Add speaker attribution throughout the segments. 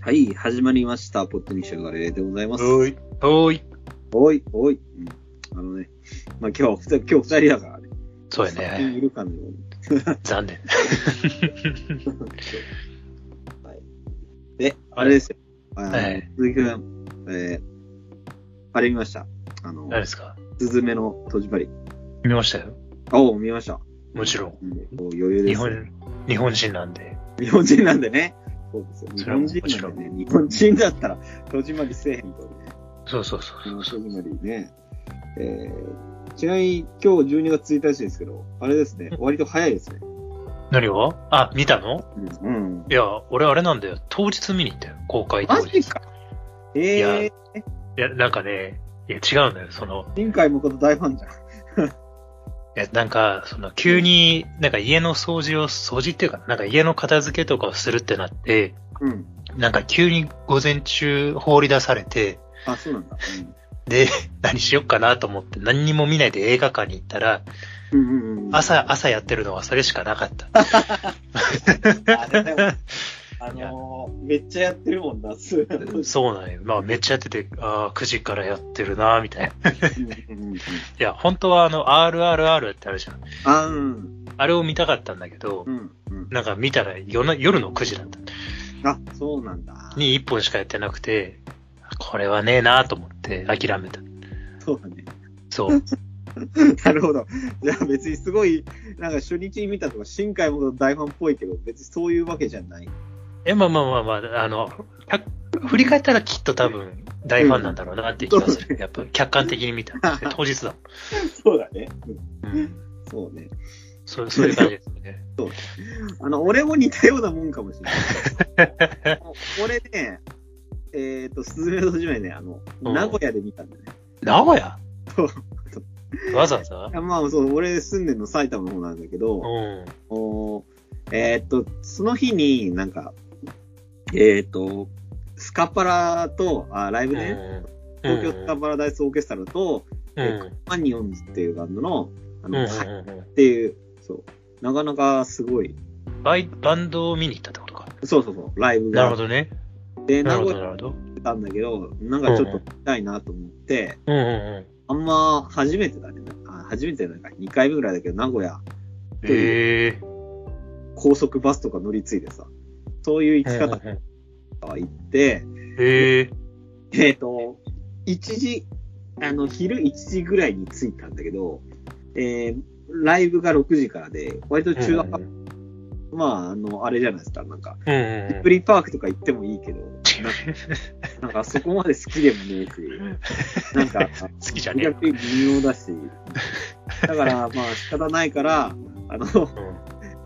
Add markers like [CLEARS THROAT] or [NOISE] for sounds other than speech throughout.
Speaker 1: はい、始まりました。ポットにしゃがれでございます。
Speaker 2: はい。
Speaker 3: おーい。
Speaker 1: おい、おい。うん、あのね、まあ今日はふた、今日二人だからね。
Speaker 3: そうや
Speaker 1: 先にい
Speaker 3: ね。
Speaker 1: るかのよ
Speaker 3: 残念。
Speaker 1: うにはい。で、あれですよ。あの
Speaker 3: はい
Speaker 1: 鈴木くん、えー、あれ見ました。あの、
Speaker 3: 何ですか
Speaker 1: すずめの戸締まり。
Speaker 3: 見ましたよ。
Speaker 1: あおう、見ました。
Speaker 3: もちろん。
Speaker 1: うん、こう余裕です。
Speaker 3: 日本、日本人なんで。
Speaker 1: 日本人なんでね。そうですよ。日
Speaker 3: それは
Speaker 1: 本
Speaker 3: もち
Speaker 1: 人な
Speaker 3: ろ
Speaker 1: ん
Speaker 3: ん
Speaker 1: でね。日本人だったら、戸締まりせえへんとね。
Speaker 3: そうそうそう
Speaker 1: あ
Speaker 3: そ
Speaker 1: の
Speaker 3: う
Speaker 1: 戸締まりね。えー、ちなみに今日12月1日ですけど、あれです
Speaker 3: [LAUGHS]
Speaker 1: ね、割と早いですね。
Speaker 3: 何をあ、見たの
Speaker 1: うん。
Speaker 3: いや、俺あれなんだよ。当日見に行ったよ。公開当
Speaker 1: マ
Speaker 3: 日。
Speaker 1: ジ
Speaker 3: い
Speaker 1: かええー、
Speaker 3: や、なんかね、いや、違うんだよ。その、
Speaker 1: 新海誠大ファンじゃん。
Speaker 3: いや、なんか、その、急に、なんか家の掃除を、掃除っていうか、なんか家の片付けとかをするってなって、
Speaker 1: うん。
Speaker 3: なんか急に午前中放り出されて、
Speaker 1: あ、そうなんだ。
Speaker 3: で、何しよっかなと思って、何にも見ないで映画館に行ったら、
Speaker 1: うん。うんうんうん。
Speaker 3: 朝、朝やってるのはそれしかなかった。
Speaker 1: あれだ [LAUGHS] よ。あのー、めっちゃやってるもんな、すうんうん
Speaker 3: そうなんよ。まあめっちゃやってて、ああ、9時からやってるな、みたいな。い
Speaker 1: うんうん
Speaker 3: や、本当はあの、RRR ってあるじゃん。
Speaker 1: あーうん。
Speaker 3: あれを見たかったんだけど
Speaker 1: う、ん。うん。
Speaker 3: なんか見たら夜な夜の9時だった。
Speaker 1: あ、そうなんだ。
Speaker 3: に1本しかやってなくて、これはねえなと思って諦めた。
Speaker 1: そうだね。 [LAUGHS]
Speaker 3: そう。
Speaker 1: なるほど。じゃあ別にすごい、なんか初日に見たとか、新海誠大ファンっぽいけど、別にそういうわけじゃない。
Speaker 3: え、まあまあまあまあ、あの、た振り返ったらきっと多分大ファンなんだろうなっていう気がする。やっぱ客観的に見た。で当日だ
Speaker 1: [LAUGHS] そうだね。
Speaker 3: もん。うん。
Speaker 1: そうね。
Speaker 3: そうそういう感じですね。
Speaker 1: あの、俺も似たようなもんかもしれ
Speaker 3: [LAUGHS]
Speaker 1: ない。俺ね、えっ、と、すずめの戸締まりね、あの、
Speaker 3: うん
Speaker 1: 名古屋で見たんだね。
Speaker 3: 名古屋
Speaker 1: そう
Speaker 3: [LAUGHS] わざわざ
Speaker 1: いやまあ、そう、俺住んでるの埼玉の方なんだけど、
Speaker 3: うん。
Speaker 1: おえっ、と、その日になんか、えっ、と、スカパラと、あライブね、
Speaker 3: うん
Speaker 1: 東京スカパラダイスオーケストラと、
Speaker 3: うんうん
Speaker 1: マニオンズっていうバンドの、あ
Speaker 3: うんう
Speaker 1: の、
Speaker 3: ん
Speaker 1: ハイっ
Speaker 3: うんうん
Speaker 1: ていう、そう、なかなかすごい、
Speaker 3: バイバンドを見に行ったってことか。
Speaker 1: そうそうそう、ライブ
Speaker 3: なるほ
Speaker 1: が。
Speaker 3: どね。
Speaker 1: で、名
Speaker 3: なるほ
Speaker 1: 古
Speaker 3: ど、
Speaker 1: 屋
Speaker 3: な
Speaker 1: に
Speaker 3: るほど。
Speaker 1: 行ったんだけど、なんかちょっと
Speaker 3: うん
Speaker 1: 見たいなと思って、
Speaker 3: うんうん
Speaker 1: あんま初めてだね。あ初めてなんか2回目ぐらいだけど、名古屋、
Speaker 3: うん。へえ。
Speaker 1: 高速バスとか乗り継いでさ、そういう行き方
Speaker 3: うんうん
Speaker 1: で、
Speaker 3: うんへえ。
Speaker 1: えっ、と、1時、あの、昼1時ぐらいに着いたんだけど、えー、ライブが6時からで、割と中学、
Speaker 3: うん
Speaker 1: まあ、あの、あれじゃないですか、なんか、
Speaker 3: うんうんうん
Speaker 1: プリーパークとか行ってもいいけど、
Speaker 3: [LAUGHS]
Speaker 1: なんかそこまで好きでもねえし、なんか、
Speaker 3: 好きじゃねえ
Speaker 1: 逆に微妙だし、だからまあ仕方ないから、あの、 [LAUGHS]
Speaker 3: の。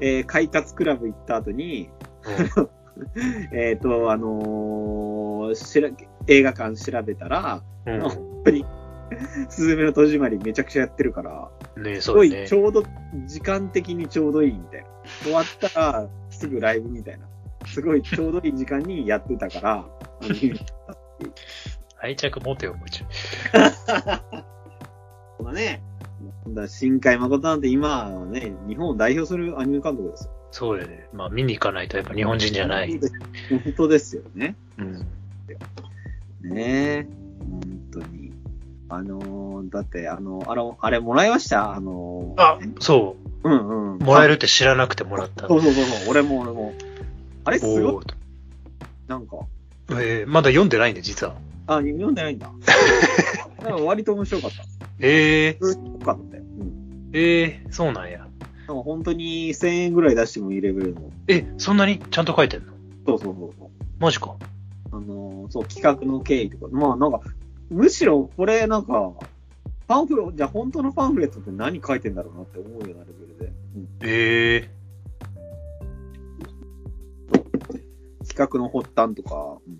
Speaker 1: えー、快活クラブ行った後に、えっ、と、あのーしら映画館調べたら、
Speaker 3: うんうん
Speaker 1: 本当に、すずめの戸締まりめちゃくちゃやってるから、
Speaker 3: うんね
Speaker 1: す
Speaker 3: そ
Speaker 1: ご
Speaker 3: う
Speaker 1: い、
Speaker 3: だね
Speaker 1: ち。ょうど、時間的にちょうどいいみたいな。終わったら、すぐライブみたいな。すごい、ちょうどいい時間にやってたから、あの
Speaker 3: [LAUGHS] 愛着持てよ、もうちょい。
Speaker 1: このね、だ新海誠なんて今はね、日本を代表するアニメ監督ですよ。
Speaker 3: そうだよね。まあ見に行かないとやっぱ日本人じゃない。
Speaker 1: 本当ですよね。
Speaker 3: うん。
Speaker 1: ねえ、本当に。あのーだって、あの、あの、あれもらいましたあのー
Speaker 3: あ、そ
Speaker 1: うんうん。
Speaker 3: う。もらえるって知らなくてもらった
Speaker 1: あ。そうそうそうそう、俺も俺も。あれすごい、
Speaker 3: おー
Speaker 1: なんか、
Speaker 3: えーまだ読んでないんで、実は。
Speaker 1: あ、読んでないんだ。
Speaker 3: [LAUGHS]
Speaker 1: なんか割と面白かった。
Speaker 3: え
Speaker 1: すごかったよ。うん。
Speaker 3: ー、えー、そうなんや。
Speaker 1: なんか本当に1000円ぐらい出してもいいレベルの。
Speaker 3: え、そんなにちゃんと書いてんの
Speaker 1: そうそうそうそう。
Speaker 3: マジか。
Speaker 1: あのーそう、企画の経緯とか、まあなんか、むしろこれなんか、パンフレじゃあ本当のパンフレットって何書いてんだろうなって思うようなレベルで、うん
Speaker 3: ええ
Speaker 1: 企画の発端とか、うん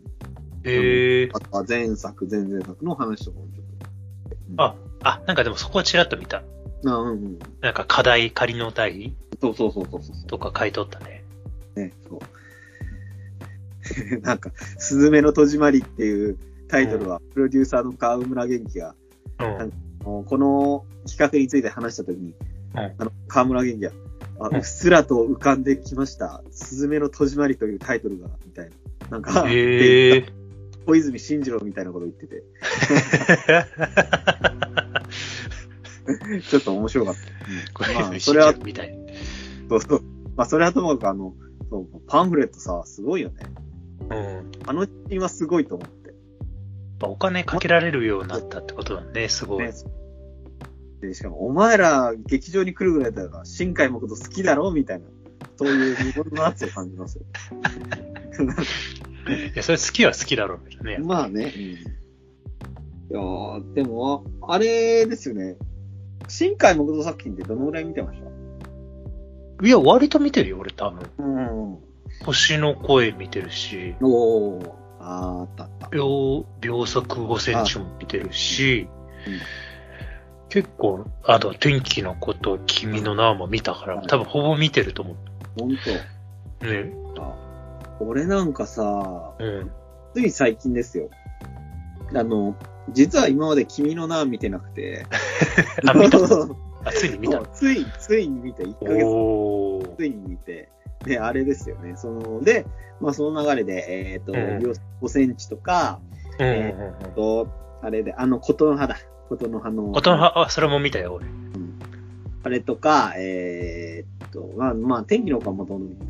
Speaker 3: ええ
Speaker 1: あとは前作、前々作の話とかもちょっと。
Speaker 3: あ、あ、なんかでもそこはちらっと見た。
Speaker 1: うん、あうんうん。
Speaker 3: なんか課題、仮の対義
Speaker 1: そうそうそうそうそうそ
Speaker 3: とか書いとったね。
Speaker 1: う、 [LAUGHS] ね。そう。なんか、すずめの戸締まりっていうタイトルは、プロデューサーの川村元気が、
Speaker 3: う
Speaker 1: なん
Speaker 3: ん。
Speaker 1: あのこの企画について話したときに、
Speaker 3: はい
Speaker 1: あの、河村元気が、あ
Speaker 3: はい
Speaker 1: っ
Speaker 3: う
Speaker 1: すらと浮かんできました。すずめの戸締まりというタイトルが、みたいな。なんか、
Speaker 3: へえ。
Speaker 1: 小泉進次郎みたいなこと言ってて、ちょっと面白かった。
Speaker 3: [LAUGHS] こ
Speaker 1: まあ
Speaker 3: れ、
Speaker 1: それは
Speaker 3: みたい。
Speaker 1: そうそう。まあ、それはともかく、あの、そうパンフレットさ、すごいよね。
Speaker 3: うん。やっ
Speaker 1: あの人はすごいと思って。
Speaker 3: ぱお金かけられるようになったってことだね、すごい。
Speaker 1: ねで、しかも、お前ら劇場に来るぐらいだから、新海誠好きだろみたいな、そういう日本の圧を感じますよ。
Speaker 3: いや、それ好きは好きだろうけどね。
Speaker 1: まあね。うん、いやーでも、あれですよね。新海誠作品ってどのぐらい見てました
Speaker 3: いや、割と見てるよ、俺多分。
Speaker 1: うん。
Speaker 3: 星の声見てるし、
Speaker 1: おー、あーあったあった。
Speaker 3: 秒、秒速5センチも見てるし
Speaker 1: うん、
Speaker 3: 結構、あと、天気のこと、君の名も見たから、多分ほぼ見てると思
Speaker 1: ほん
Speaker 3: う。ね。
Speaker 1: と。あ俺なんかさ、 [LAUGHS]
Speaker 3: うん。
Speaker 1: つい最近ですよ。あの、実は今まで君の名は見てなくて。[LAUGHS]
Speaker 3: あ、見た。
Speaker 1: そう
Speaker 3: あ、ついに見た。
Speaker 1: つい、ついに見て、1ヶ月
Speaker 3: おー。
Speaker 1: ついに見て、で、あれですよね。その、で、まあその流れで、えっ、と、
Speaker 3: うん
Speaker 1: 秒5センチとか、
Speaker 3: うんうんうんうん。
Speaker 1: と、あれで、あの、琴の葉だ。琴の葉の。
Speaker 3: 琴の葉、あ、それも見たよ、俺。
Speaker 1: あれとか、えーっと、まあ、まあ、天気の子はもともと見て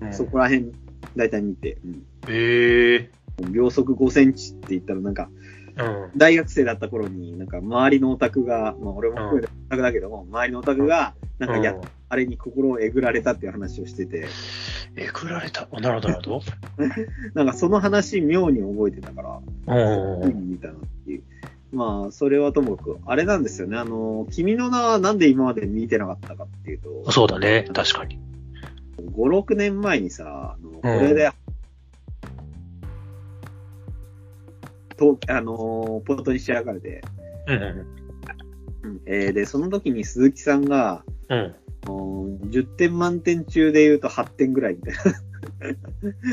Speaker 1: た。
Speaker 3: うん
Speaker 1: そこら辺、だいたい見て、う
Speaker 3: へえ。
Speaker 1: ん。秒速5センチって言ったら、なんか、
Speaker 3: うん。
Speaker 1: 大学生だった頃に、なんか、周りのオタクが、まあ、俺も含めてオタクだけども、周りのオタクが、なんかや、
Speaker 3: うん
Speaker 1: あれに心をえぐられたっていう話をしてて、
Speaker 3: えぐられた。おなるほど、なるほど。
Speaker 1: なんかその話、妙に覚えてたから、
Speaker 3: うんうんう。
Speaker 1: うんん、見たなっていう。まあ、それはともかく、あれなんですよね。あの、君の名はなんで今まで見てなかったかっていうと、
Speaker 3: そうだね、確かに。
Speaker 1: 5、6年前にさ、あのこれで、とあのーポートニシアガルで、
Speaker 3: うんうん
Speaker 1: えーで、その時に鈴木さんが、
Speaker 3: うん。う
Speaker 1: あ
Speaker 3: ん
Speaker 1: のー10点満点中で言うと8点ぐらいみたい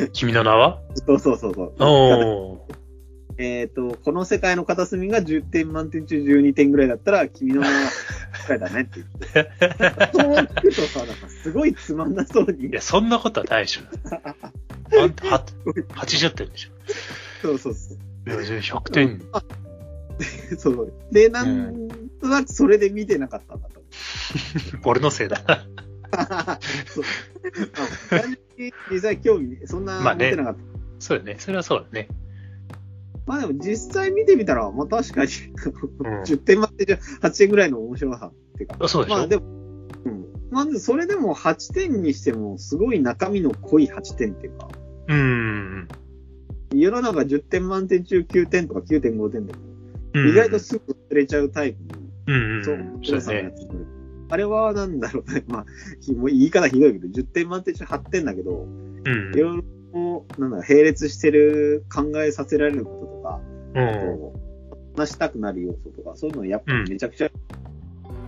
Speaker 1: な。 [LAUGHS]
Speaker 3: 君の名は
Speaker 1: そうそうそうそう。
Speaker 3: おお。
Speaker 1: えっ、と、この世界の片隅が10点満点中12点ぐらいだったら、君の名は世界だねって言って。そう聞くとさ、なんかすごいつまんなそうに
Speaker 3: い。や、そんなことはないでし [LAUGHS] ょ。あんた、は80点でしょ。
Speaker 1: そうそうそう。
Speaker 3: いや100点。
Speaker 1: そうで、なんとなくそれで見てなかったんだと思う。
Speaker 3: 俺のせいだ。 [LAUGHS]
Speaker 1: そう。あの実際興味ね、そんな
Speaker 3: ま
Speaker 1: 持
Speaker 3: あ
Speaker 1: っ
Speaker 3: ね
Speaker 1: てなかった。まあ、
Speaker 3: そうだね。それはそうだね。
Speaker 1: でも実際見てみたら、まあ確かに、
Speaker 3: ん
Speaker 1: 10点満点じゃ8点ぐらいの面白さっていうか。
Speaker 3: あそうでし
Speaker 1: まあ
Speaker 3: ょ。
Speaker 1: でも、うん。まずそれでも8点にしても、すごい中身の濃い8点っていうか、
Speaker 3: うん。
Speaker 1: 世の中10点満点中9点とか9.5点でも、
Speaker 3: うん
Speaker 1: 意外とすぐ忘れちゃうタイプの、
Speaker 3: うんうん。
Speaker 1: そ
Speaker 3: そうう、
Speaker 1: 面白さ
Speaker 3: だ
Speaker 1: のや
Speaker 3: ね。
Speaker 1: つ。あれはなんだろうね。まあ、ひもう言い方ひどいけど、10点満点中8点だけど、
Speaker 3: うん
Speaker 1: い。ろいろ、なんだろう、並列してる、考えさせられることとか、
Speaker 3: うん。
Speaker 1: こう話したくなる要素とか、そういうのやっぱ
Speaker 3: うん
Speaker 1: めちゃくちゃ、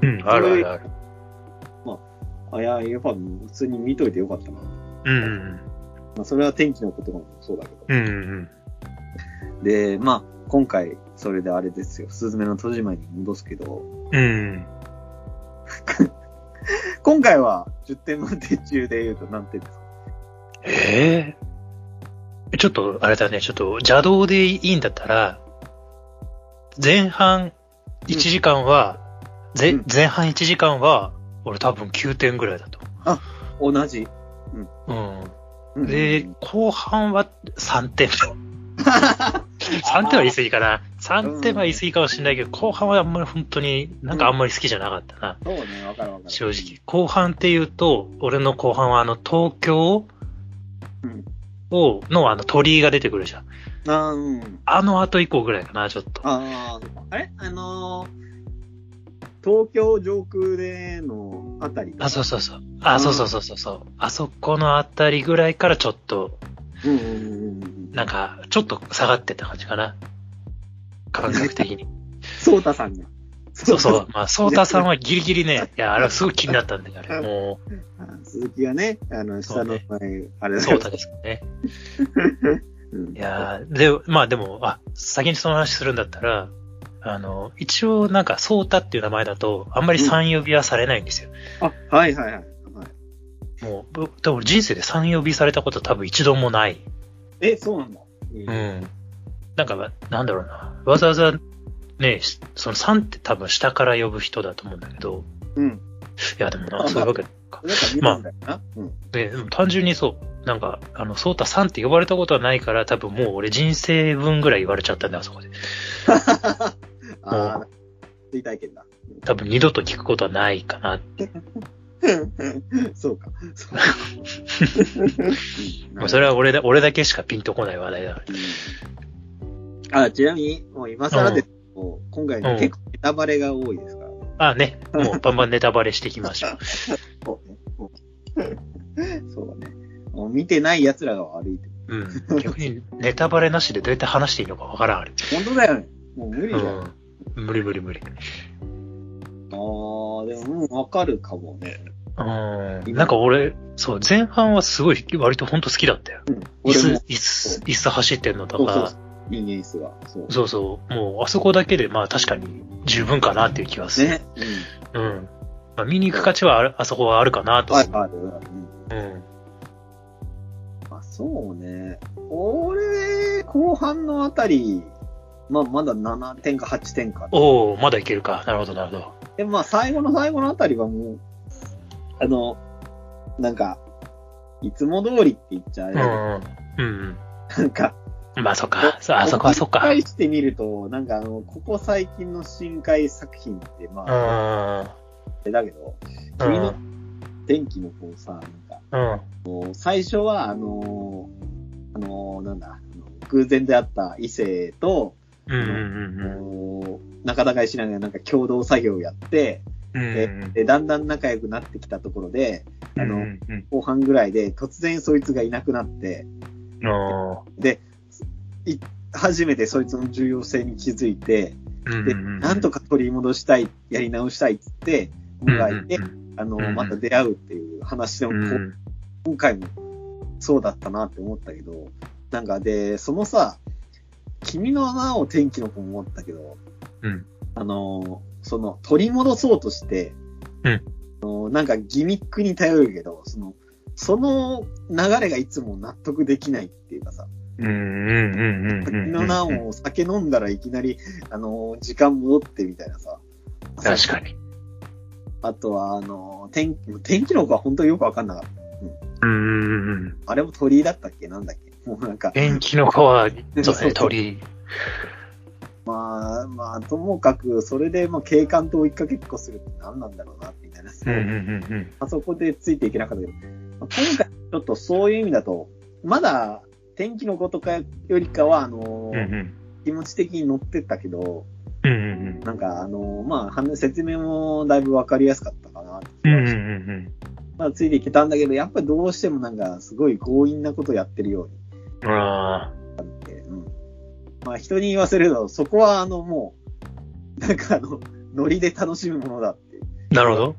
Speaker 3: うん。あるあるある。
Speaker 1: あいや、やっぱ普通に見といてよかったな。
Speaker 3: うんうん
Speaker 1: まあ、それは天気のことかもそうだけど。
Speaker 3: うん。うんうん。
Speaker 1: で、まあ、今回、それであれですよ、スズメの戸締まりに戻すけど、
Speaker 3: うん。
Speaker 1: 今回は10点満点中で言うと何点ですか
Speaker 3: ええちょっと、あれだね、ちょっと邪道でいいんだったら、前半1時間は、ぜ
Speaker 1: うん
Speaker 3: 前半1時間は、俺多分9点ぐらいだと。
Speaker 1: 同じ。
Speaker 3: うん。で、後半は3点。3点は言い過ぎかな。3点は言い過ぎかもしれないけど、後半はあんまり本当に、なんかあんまり好きじゃなかったな。
Speaker 1: そうね、わかるわかる。
Speaker 3: 正直。後半っていうと、俺の後半はあの、東京
Speaker 1: うん
Speaker 3: を、のあの鳥居が出てくるじゃん。
Speaker 1: あーうん。
Speaker 3: あの後以降ぐらいかな、ちょっと。
Speaker 1: ああ、あれあのー東京上空でのあたり。
Speaker 3: あ、そうそうそう。あ、
Speaker 1: うん
Speaker 3: そうそうそうそうそう。あそこのあたりぐらいからちょっと、
Speaker 1: う。うんうんうんうん。
Speaker 3: なんか、ちょっと下がってった感じかな。感覚的に。
Speaker 1: ソータさんが。
Speaker 3: そう [LAUGHS] そう。まあ、ソータさんはギリギリ [LAUGHS] ね、いや、あれはすごい気になったんだよ、あれ。も
Speaker 1: あー鈴木がね、あの、
Speaker 3: そ
Speaker 1: 下
Speaker 3: う
Speaker 1: の
Speaker 3: ね
Speaker 1: 前、あれ
Speaker 3: う、
Speaker 1: だ
Speaker 3: ソータですかね。
Speaker 1: うん
Speaker 3: いやーで、まあでも、あ、先にその話するんだったら、あの、一応なんか、ソータっていう名前だと、あんまり3呼びはされないんですよ。
Speaker 1: あ、はいはいはい。はい
Speaker 3: もう、ぶ多分人生で3呼びされたこと多分一度もない。
Speaker 1: え、そうなんだ。
Speaker 3: う
Speaker 1: え
Speaker 3: ん。なんか、なんだろうな。わざわざ、ね、しその3って多分下から呼ぶ人だと思うんだけど、
Speaker 1: ーうん。
Speaker 3: いや、でもな、そういうわけか。
Speaker 1: だから見るんだよな。うん。
Speaker 3: で、でも単純にそう、なんか、あの、そうたさんって呼ばれたことはないから、多分もう俺人生分ぐらい言われちゃったんだよ、あそこで。
Speaker 1: ああ、追体験だ。 [LAUGHS]
Speaker 3: 多分二度と聞くことはないかな。
Speaker 1: そうか。そう
Speaker 3: ま
Speaker 1: か
Speaker 3: あそれは俺だ、俺だけしかピンとこない話題だ。
Speaker 1: あ、ちなみに、もう今更です。もう今回ね結構ネタバレが多いですから。
Speaker 3: ああね、も
Speaker 1: [LAUGHS]
Speaker 3: うバンバンネタバレしていきましょう。
Speaker 1: そうね。そうだね。もう見てない奴らが悪いって。
Speaker 3: うん。逆にネタバレなしでどうやって話していいのかわからん、あれ。
Speaker 1: 本当だよね。もう無理じ
Speaker 3: う
Speaker 1: ゃん。ああ、
Speaker 3: ん。無理無理無理。
Speaker 1: でも、うん、わかるかもね。
Speaker 3: うん。なんか俺、そう、前半はすごい、割とほんと好きだったよ。
Speaker 1: うん。
Speaker 3: 椅
Speaker 1: 俺
Speaker 3: 子
Speaker 1: も、、
Speaker 3: 椅子、椅子走ってんの
Speaker 1: そう
Speaker 3: と
Speaker 1: そう
Speaker 3: か
Speaker 1: そ、う。いいニュースが。そう。
Speaker 3: そうそう、もうあそこだけで、まあ確かに十分かなっていう気はする。
Speaker 1: ね。うん。
Speaker 3: うん。まあ見に行く価値はあるあそこはあるかなと
Speaker 1: あ
Speaker 3: 思
Speaker 1: るあるある。うん
Speaker 3: う。うん。
Speaker 1: まあ、そうね。俺、後半のあたり、まあ、まだ7点か8点か。
Speaker 3: おおまだいけるか。なるほど、なるほど。
Speaker 1: で、まあ、最後の最後のあたりはもう、あの、なんか、いつも通りって言っちゃあれ
Speaker 3: う
Speaker 1: だけど、
Speaker 3: ん。うん。
Speaker 1: なんか、
Speaker 3: うんまあそっか。そうあそこはそっか。う
Speaker 1: 繰
Speaker 3: ん。
Speaker 1: り返してみると、なんかあの、ここ最近の深海作品って、まあ、あれだけど、
Speaker 3: う
Speaker 1: 君の
Speaker 3: ん。
Speaker 1: 天気のこうさ、なんか、
Speaker 3: うん。
Speaker 1: こう最初は、あのーあのーなんだ、あの偶然出会った異性と、
Speaker 3: うん。うん。うん
Speaker 1: こう仲違いしながらなんか共同作業をやって、
Speaker 3: うん。
Speaker 1: ででだんだん仲良くなってきたところで、あの
Speaker 3: うんうん
Speaker 1: 後半ぐらいで突然そいつがいなくなって、
Speaker 3: うんお
Speaker 1: 初めてそいつの重要性に気づいて、
Speaker 3: ーうん
Speaker 1: で、
Speaker 3: うんうん
Speaker 1: なんとか取り戻したい、やり直したいっつって、
Speaker 3: うん
Speaker 1: 迎えて、あの
Speaker 3: うんうん
Speaker 1: また出会うっていう話でも、
Speaker 3: うん
Speaker 1: こう今回もそうだったなって思ったけど、なんかで、そのさ、君の穴を天気の子も思ったけど、
Speaker 3: うん
Speaker 1: あのー、その、取り戻そうとして、
Speaker 3: うん
Speaker 1: あのーなんかギミックに頼るけど、その、その流れがいつも納得できないっていうかさ、
Speaker 3: うんうんうんうんうんうん
Speaker 1: 君の穴を酒飲んだらいきなり、あのー、時間戻ってみたいなさ。
Speaker 3: 確かに。
Speaker 1: あとは、あのー、天気、天気の子は本当によくわかんなかった。
Speaker 3: うんうんうんうん。
Speaker 1: あれも鳥居だったっけなんだっけもうなんか、
Speaker 3: 元気の子は、そうだ
Speaker 1: そう
Speaker 3: ね、鳥。
Speaker 1: まあ、まあ、ともかく、それで、まあ、警官と追いかけっこするって何なんだろうな、みたいな。
Speaker 3: うんうんうんうん。
Speaker 1: あそこでついていけなかったけど、まあ今回、ちょっとそういう意味だと、まだ、天気の子とかよりかは、あの
Speaker 3: うん
Speaker 1: ー
Speaker 3: うん
Speaker 1: 気持ち的に乗ってったけど、
Speaker 3: うんうん
Speaker 1: なんか、あのーまあ話、説明もだいぶわかりやすかったかなって気
Speaker 3: うん。う
Speaker 1: が
Speaker 3: んうん
Speaker 1: して、
Speaker 3: うんうん。
Speaker 1: まあ、ついていけたんだけど、やっぱりどうしてもなんか、すごい強引なことやってるように。
Speaker 3: あ
Speaker 1: うんまあ、人に言わせると、そこは、あの、もう、なんか、あの、ノリで楽しむものだっていう。
Speaker 3: あ、なるほど。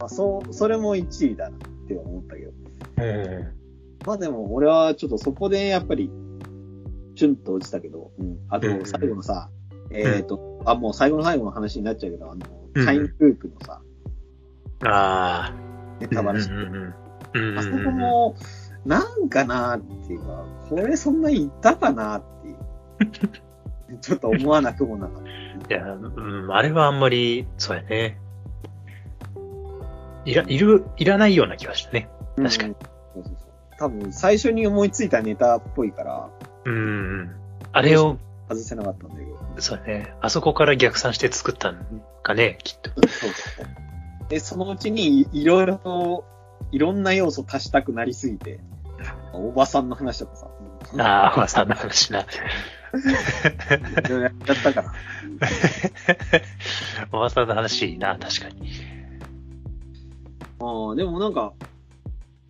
Speaker 1: まあ、そう、それも一理だなって思ったけど。
Speaker 3: うんう
Speaker 1: まあでも、俺はちょっとそこでやっぱり、チュンと落ちたけど、うん。あと
Speaker 3: うんうん、
Speaker 1: 最後のさ、えっと、あ、もう最後の最後の話になっちゃうけど、あの、
Speaker 3: うん
Speaker 1: タイムループのさ、
Speaker 3: ん。ああ。
Speaker 1: ネタバレして、
Speaker 3: うんうんうん。
Speaker 1: あそこ
Speaker 3: うん
Speaker 1: も、なんかなっていうか、これそんなにいたかなって
Speaker 3: [LAUGHS]
Speaker 1: いう。ちょっと思わなくもなかった。
Speaker 3: いや、うん、あれはあんまり、そうやね。いら、いる、いらないような気がしたね。確かに
Speaker 1: うん。そうそうそう。多分、最初に思いついたネタっぽいから、
Speaker 3: うんうん。あれを、
Speaker 1: 外せなかったんだけど。
Speaker 3: そうやね。あそこから逆算して作ったんかね、きっと。
Speaker 1: で、そのうちにいろいろと、いろんな要素足したくなりすぎて、おばさんの話とかさ、
Speaker 3: ああ、まあ、さんの話な。 [LAUGHS]
Speaker 1: いろいろやっちゃったから。
Speaker 3: おばさんの話いいな、確かに。
Speaker 1: ああでもなんか、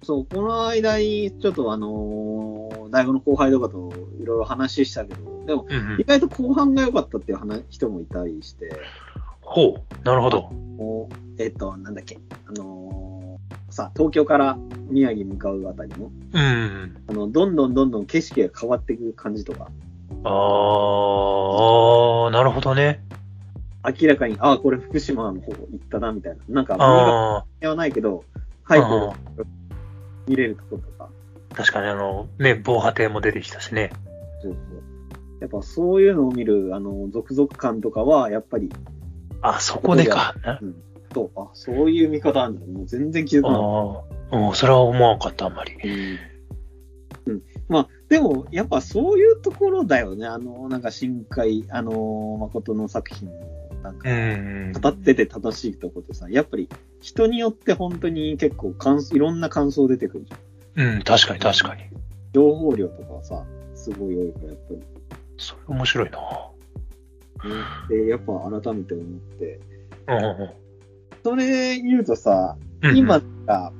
Speaker 1: そう、この間に、ちょっとあのー大学の後輩とかといろいろ話したけど、でも、
Speaker 3: うんう
Speaker 1: 意
Speaker 3: ん。
Speaker 1: 外と後半が良かったっていう話人もいたりして、
Speaker 3: ほう、なるほど。
Speaker 1: もうえっと、なんだっけ、あのーさ、東京から宮城向かうあたりの、
Speaker 3: うん。
Speaker 1: あの、どんどんどんどん景色が変わっていく感じとか、
Speaker 3: あーあー、なるほどね。
Speaker 1: 明らかに、ああ、これ福島の方行ったな、みたいな。なんか、新潟
Speaker 3: あ
Speaker 1: ではないけど、
Speaker 3: あ。
Speaker 1: 背後を見れるところとか。
Speaker 3: 確かにあの、ね、防波堤も出てきたしね。
Speaker 1: そうそうやっぱそういうのを見る、あの、続々感とかは、やっぱり、
Speaker 3: あ、そこでか。な
Speaker 1: と、あ、そういう見方あるんだ。もう全然気づ
Speaker 3: あ
Speaker 1: かなかっ
Speaker 3: あ、うん、それは思わんかった、あんまり。
Speaker 1: た。うん。うん、まあ、でも、やっぱそういうところだよね。あの、なんか深海、あの、誠の作品の、なんか
Speaker 3: う、ん。
Speaker 1: 語ってて正しいところとさ、やっぱり人によって本当に結構感想、いろんな感想出てくるじゃん。
Speaker 3: うん、確かに確かに。
Speaker 1: 情報量とかはさ、すごい多いから、やっぱり。
Speaker 3: それ面白いな。
Speaker 1: で、やっぱ改めて思って。
Speaker 3: うんうん
Speaker 1: それ言うとさ、
Speaker 3: うん。
Speaker 1: 今
Speaker 3: うん
Speaker 1: が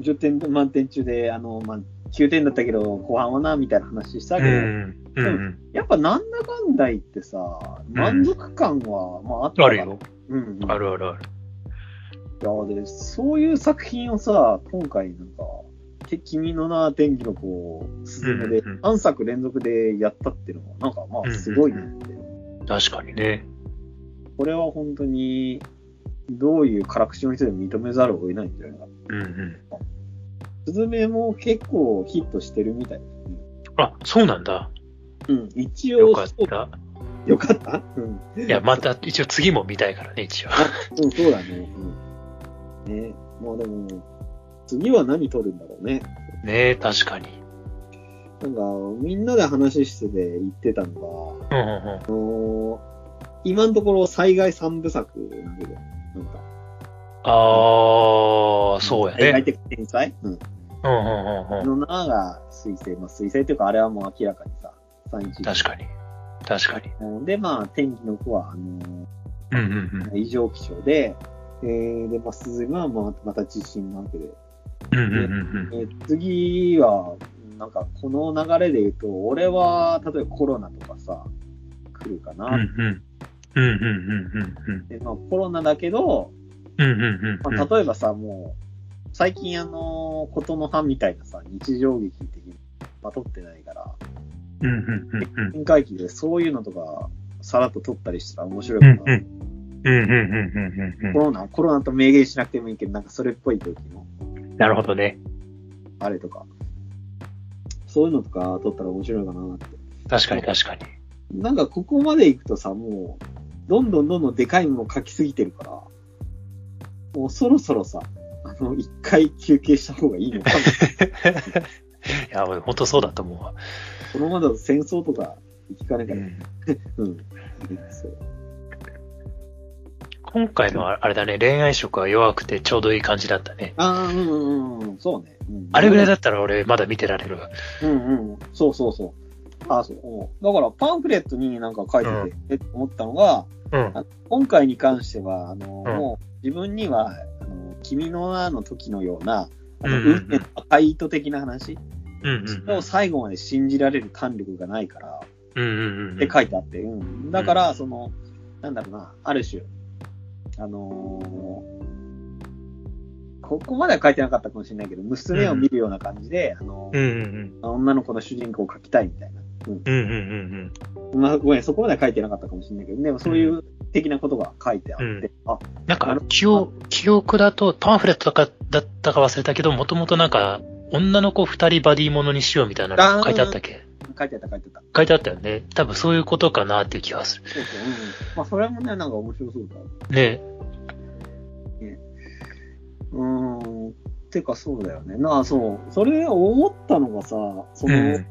Speaker 1: 10点満点中で、あの、まあ、9点だったけど、後半はな、みたいな話した
Speaker 3: う
Speaker 1: けど、
Speaker 3: ん。うんうん。
Speaker 1: やっぱなんだかんだ言ってさ、満足感は、まあ、あった
Speaker 3: あ
Speaker 1: か
Speaker 3: る
Speaker 1: ら。
Speaker 3: よ。
Speaker 1: うん、うん。
Speaker 3: あるあるある。
Speaker 1: いやで、そういう作品をさ、今回なんか、て君のな、天気の子、すずめで、
Speaker 3: うんうんうん
Speaker 1: 3作連続でやったっていうのは、なんかま
Speaker 3: うんう
Speaker 1: あ、
Speaker 3: ん
Speaker 1: すごいなって。
Speaker 3: 確かにね。
Speaker 1: これは本当に、どういう辛口の人でも認めざるを得ないんじゃないかな。
Speaker 3: うんうん。
Speaker 1: すずめも結構ヒットしてるみたいですね。
Speaker 3: あ、そうなんだ。
Speaker 1: うん、一応、
Speaker 3: よかった。
Speaker 1: よかったうん。
Speaker 3: いや、また一応次も見たいからね、一応。
Speaker 1: うん、そうだね。うん。ねまあでも、次は何撮るんだろうね。
Speaker 3: ね確かに。
Speaker 1: なんか、みんなで話してて言ってたのが、
Speaker 3: うんうん
Speaker 1: あのー今のところ災害三部作なんだけど、なんか。
Speaker 3: ああ、そうや
Speaker 1: 災害
Speaker 3: ね。
Speaker 1: 的天才うん。
Speaker 3: うんうんうんうん。
Speaker 1: のなが彗星。まあ彗星というか、あれはもう明らかにさ、311。
Speaker 3: 確かに。確かに。
Speaker 1: うんで、まあ、天気の子は、あの
Speaker 3: うんうん
Speaker 1: ー異常気象で、えー、で、まあ、鈴は、まあ、また地震なわけで、
Speaker 3: うん。うんうんうん
Speaker 1: えー次は、なんかこの流れで言うと、俺は、例えばコロナとかさ、来るかな。
Speaker 3: うん。うんうん。うんうんうんうん
Speaker 1: でまあ、コロナだけど、
Speaker 3: うん。うんうんうんうん。
Speaker 1: まあ、例えばさ、もう、最近あの、ことの葉みたいなさ、日常劇的に、まあ、撮ってないから、
Speaker 3: うんうんうんうん。
Speaker 1: 展開機でそういうのとか、さらっと撮ったりしたら面白い
Speaker 3: うん
Speaker 1: か
Speaker 3: う
Speaker 1: な。
Speaker 3: んうんうんうん
Speaker 1: コ
Speaker 3: う
Speaker 1: ロナ、コロナと明言しなくてもいいけど、なんかそれっぽい時の、
Speaker 3: ん。なるほどね。
Speaker 1: あれとか、そういうのとか撮ったら面白いかなって。
Speaker 3: 確かに確かに。
Speaker 1: なんかここまで行くとさ、もう、どんどんどんどんでかいもの書きすぎてるから、もうそろそろさ、あの、一回休憩した方がいい
Speaker 3: [LAUGHS]
Speaker 1: のかな。
Speaker 3: いや、俺本当そうだと思うわ。
Speaker 1: このままだと戦争とか行きかね
Speaker 3: う
Speaker 1: ないから。
Speaker 3: ん
Speaker 1: うん。そう
Speaker 3: 今回のあれだね、恋愛色は弱くてちょうどいい感じだったね。
Speaker 1: ああ、うんうんうんうん。そうね。うん
Speaker 3: あれぐらいだったら俺まだ見てられるわ。
Speaker 1: うんうん。そうそうそう。ああ、そううん。だからパンフレットになんか書いてて、
Speaker 3: うん
Speaker 1: えって思ったのが、
Speaker 3: うん。
Speaker 1: 今回に関しては、あの、
Speaker 3: うん
Speaker 1: もう自分には、あの、君の名の時のような、あ
Speaker 3: う
Speaker 1: の、
Speaker 3: んうんうん
Speaker 1: 運命の赤い糸的な話
Speaker 3: うんうんう
Speaker 1: を
Speaker 3: ん。
Speaker 1: 最後まで信じられる胆力がないから、
Speaker 3: うんうんうん。
Speaker 1: って書いてあって、うん。だから、その、なんだろうな、ある種、あのーここまでは書いてなかったかもしれないけど、娘を見るような感じで、あの
Speaker 3: う、んうん
Speaker 1: 女の子の主人公を描きたいみたいな。うん。
Speaker 3: うん。うんうん
Speaker 1: まあ、ごめん、そこまでは書いてなかったかもしれないけど、でもそういう的なことが書いてあって、
Speaker 3: うん
Speaker 1: あ、
Speaker 3: うん。なんか、記憶、記憶だと、パンフレットだかだったか忘れたけど、もともとなんか、女の子二人バディものにしようみたいなの書いてあったっけ
Speaker 1: 書いてあった書いてあった。
Speaker 3: 書いてあったよね。多分そういうことかなっていう気がする。
Speaker 1: そうそう、うん。まあ、それもね、なんか面白そうだ。
Speaker 3: ね
Speaker 1: うーん。てか、そうだよね。なあ、そう。それ思ったのがさ、その、
Speaker 3: うん。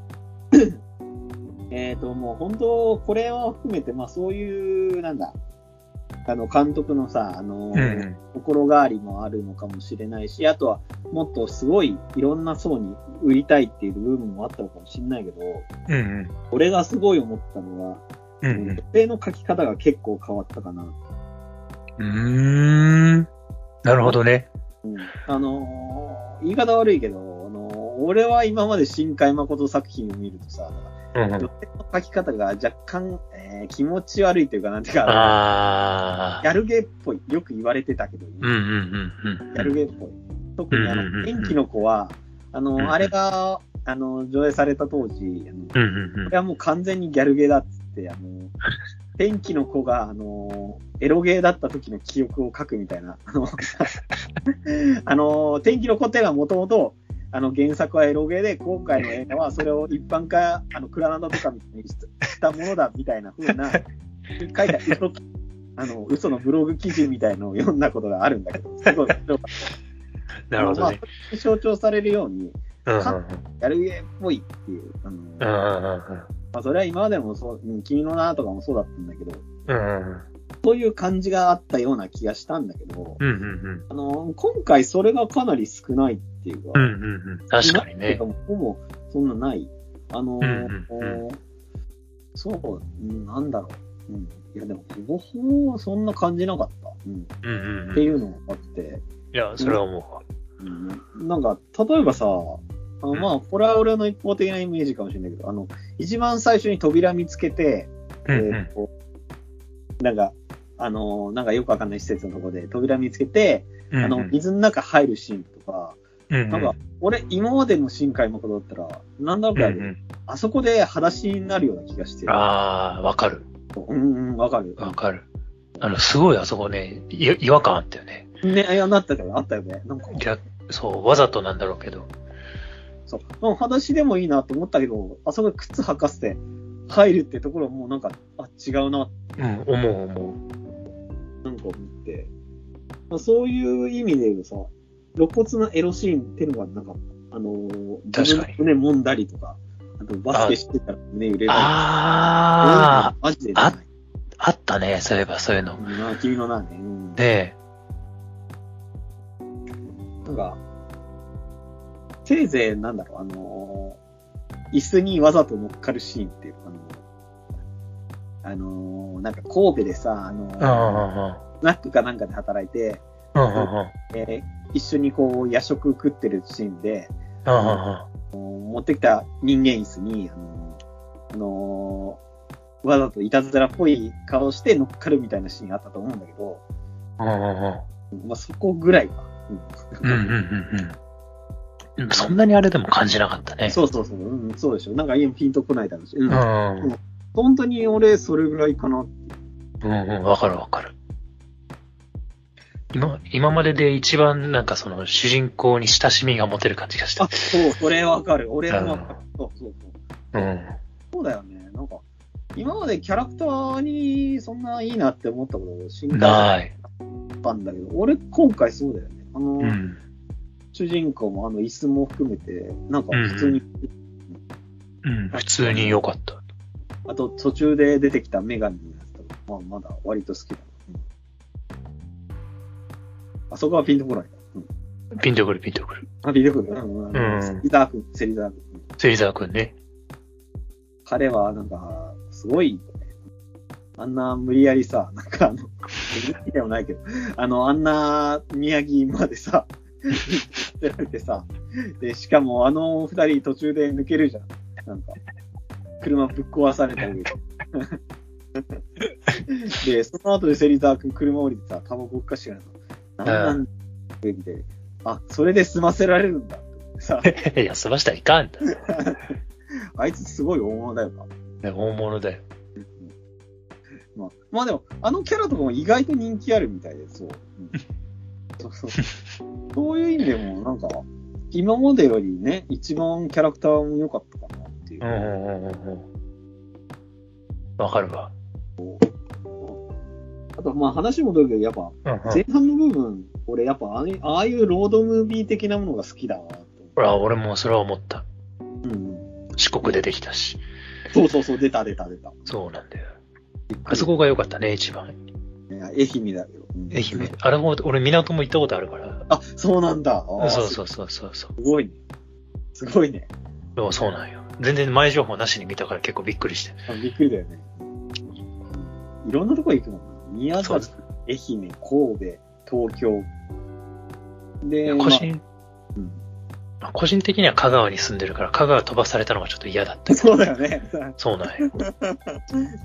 Speaker 1: えっ、と、もう本当、これは含めて、まあそういう、なんだ、あの、監督のさ、あの、
Speaker 3: うん
Speaker 1: 心変わりもあるのかもしれないし、あとは、もっとすごいいろんな層に売りたいっていう部分もあったのかもしれないけど、
Speaker 3: うん。うん
Speaker 1: 俺がすごい思ったのが、
Speaker 3: う
Speaker 1: うん
Speaker 3: うん
Speaker 1: 女。性の書き方が結構変わったかな。
Speaker 3: うーん。なるほどね。
Speaker 1: うん、あのー言い方悪いけど、あのー俺は今まで新海誠作品を見るとさ、
Speaker 3: うんうん
Speaker 1: 女。性の書き方が若干、えー気持ち悪いというか、なんていうか、
Speaker 3: あ
Speaker 1: ギ
Speaker 3: あ。
Speaker 1: ャルゲーっぽい。よく言われてたけど、
Speaker 3: うんうんうん
Speaker 1: ギ
Speaker 3: う
Speaker 1: ャ
Speaker 3: ん
Speaker 1: ル。ゲーっぽい。特にあ
Speaker 3: うんうんうんう
Speaker 1: の、
Speaker 3: ん
Speaker 1: 天気の子は、あ
Speaker 3: うんうん
Speaker 1: の、あれが、あの、上映された当時、あの、こ
Speaker 3: うんうんうん
Speaker 1: れ。はもう完全にギャルゲーだっつって、あの、天気の子が、あの、エロゲーだった時の [LAUGHS] 記憶を書くみたいな、あの、あの天気の子っていうのはもともと、あの原作はエロゲーで、今回の映画はそれを一般化、あのクラナドとかみたいにしたものだみたいな風な、書いた嘘あの嘘のブログ記事みたいのを読んだことがあるんだけど、すごい。
Speaker 3: [LAUGHS] なるほどね。
Speaker 1: まあ、象徴されるように、
Speaker 3: うんうん
Speaker 1: やるゲーっぽいっていう、あの
Speaker 3: うんうんうん
Speaker 1: まあ、それは今までもそう、うん君の名とかもそうだったんだけど、
Speaker 3: うんうん
Speaker 1: そういう感じがあったような気がしたんだけど、
Speaker 3: うんうん
Speaker 1: あの今回それがかなり少ないっていうか、
Speaker 3: うんうんうんうん確かにね
Speaker 1: 今。までとかもほぼそんなない。あのー
Speaker 3: うんうん
Speaker 1: そう、うんなんだろう。うん、いや、でも、ほぼほぼそんな感じなかった。うん、
Speaker 3: うんうんう
Speaker 1: っ
Speaker 3: ん
Speaker 1: て
Speaker 3: い
Speaker 1: いうのがあって、
Speaker 3: や、それは思
Speaker 1: うん、なんか、例えばさ、あのまあ、これは俺の一方的なイメージかもしれないけど、あの、一番最初に扉見つけて、
Speaker 3: うわ。うんう
Speaker 1: えー
Speaker 3: ん
Speaker 1: っとなんか、あのーなんかよくわかんない施設のとこで扉見つけて、
Speaker 3: うんうん。
Speaker 1: あの、水の中入るシーンとか、
Speaker 3: うんうん、
Speaker 1: なんか、俺、今までの新海誠だったら、なんだろう
Speaker 3: うんう
Speaker 1: か、
Speaker 3: ん、
Speaker 1: あそこで裸足になるような気がして。
Speaker 3: ああ、わかる。
Speaker 1: うんうん、わかる。
Speaker 3: わかる。あの、すごいあそこね、い違和感あったよね。
Speaker 1: ね、いや、なったから、あったよね。なんか、
Speaker 3: 逆そう、わざとなんだろうけど。
Speaker 1: そう。うん裸足でもいいなと思ったけど、あそこで靴履かせて入るってところはもうなんか、あ、違うな、
Speaker 3: うん、思う思
Speaker 1: なんか思って。まあ、そういう意味で言うとさ、露骨なエロシーンっていうのがなんかった、あのー、
Speaker 3: 確
Speaker 1: 自
Speaker 3: か
Speaker 1: 分
Speaker 3: に
Speaker 1: の胸揉んだりとか、あとバスケしてたら胸揺れる
Speaker 3: う。
Speaker 1: とか。
Speaker 3: ああ、
Speaker 1: マジで。
Speaker 3: ああったね、そういえばそういうの。
Speaker 1: まあ、君の名ね。うん
Speaker 3: で、
Speaker 1: なんか、せいぜい、なんだろう、あのー椅子にわざと乗っかるシーンっていうか、あのー、あのーなんか神戸でさ、あの
Speaker 3: うんうんう
Speaker 1: ー
Speaker 3: ん
Speaker 1: スナックかなんかで働いて、
Speaker 3: うんうんうん
Speaker 1: えー一緒にこう、夜食食ってるシーンで、
Speaker 3: うんうんうん
Speaker 1: 持ってきた人間椅子に、あのーあのーわざといたずらっぽい顔して乗っかるみたいなシーンあったと思うんだけど、
Speaker 3: うんうんうん
Speaker 1: まあ、そこぐらいか。
Speaker 3: うんうんうんうん。そんなにあれでも感じなかったね。
Speaker 1: そうそうそう、うん、そうでしょ。なんか今ピンとこないだろうし。うん
Speaker 3: うん。うん
Speaker 1: 本当に俺、それぐらいかな。
Speaker 3: うん、わかるわかる。今、今までで一番なんかその主人公に親しみが持てる感じがした
Speaker 1: あ、。そう、それわかる。俺もわかる
Speaker 3: う。
Speaker 1: そうそうそう。
Speaker 3: うん。
Speaker 1: そうだよね。なんか、今までキャラクターにそんないいなって思ったこと、新海だ
Speaker 3: ない。
Speaker 1: ったんだけど、俺、今回そうだよね。あの、
Speaker 3: うん。
Speaker 1: 主人公もあの椅子も含めて、なんか普通に、
Speaker 3: うん、普通に良かった。
Speaker 1: あと途中で出てきた女神のやつとか、まあ、まだ割と好きだな。うんあそこはピンとこないな。うん、
Speaker 3: ピンとくるピンとくる。
Speaker 1: あ、ピンとこない。うん、
Speaker 3: うん
Speaker 1: セリザー君、セリザー君。うん
Speaker 3: 芹沢くんね。
Speaker 1: 彼はなんか、すごい、あんな無理やりさ、なんかあの、無理でもないけど、あの、あんな宮城までさ、出られてさ、で、しかもあの二人途中で抜けるじゃん。なんか、車ぶっ壊されたり。で、その後で芹沢君車降りてさ、タバコふかしてるの。なんなんって見て、あ、それで済ませられるんだってさ、
Speaker 3: [LAUGHS] いや、済ましたらいかんだ。
Speaker 1: あいつすごい大物だよな。
Speaker 3: ね大物だよ。
Speaker 1: まあ、まあでも、あのキャラとかも意外と人気あるみたいで、そう。うん、そうそう。そういう意味でも、なんか、今までよりね、一番キャラクターも良かったかなっていう。
Speaker 3: うんうんうんうんうん。わかるわ。
Speaker 1: あと、まあ話戻るけど、やっぱ、
Speaker 3: うんうん。
Speaker 1: 前半の部分、俺やっぱああい、ああいうロードムービー的なものが好きだなと
Speaker 3: ほら、俺もそれは思っ
Speaker 1: 思
Speaker 3: た。
Speaker 1: う。うん。
Speaker 3: 四国出てきたし。
Speaker 1: そうそうそう、出た出た出た。
Speaker 3: そうなんだよ。あそこが良かったね、一番。
Speaker 1: いや愛媛だけど。うん
Speaker 3: 愛媛。。あれも、俺港も行ったことあるから。
Speaker 1: あ、そうなんだ。あー
Speaker 3: そうそうそうそうそ
Speaker 1: す
Speaker 3: う。
Speaker 1: ごいね。すごいね。
Speaker 3: そうそうなんよ。全然前情報なしに見たから結構びっくりして。
Speaker 1: あびっくりだよね。いろんなとこ行くもんな。宮
Speaker 3: そうで
Speaker 1: 崎
Speaker 3: す、
Speaker 1: 愛媛、神戸、東京。で、
Speaker 3: 個
Speaker 1: ま
Speaker 3: 人、
Speaker 1: あうん
Speaker 3: 個人的には香川に住んでるから、香川飛ばされたのがちょっと嫌だった。
Speaker 1: そうだよね。 [LAUGHS]
Speaker 3: そうなんよ。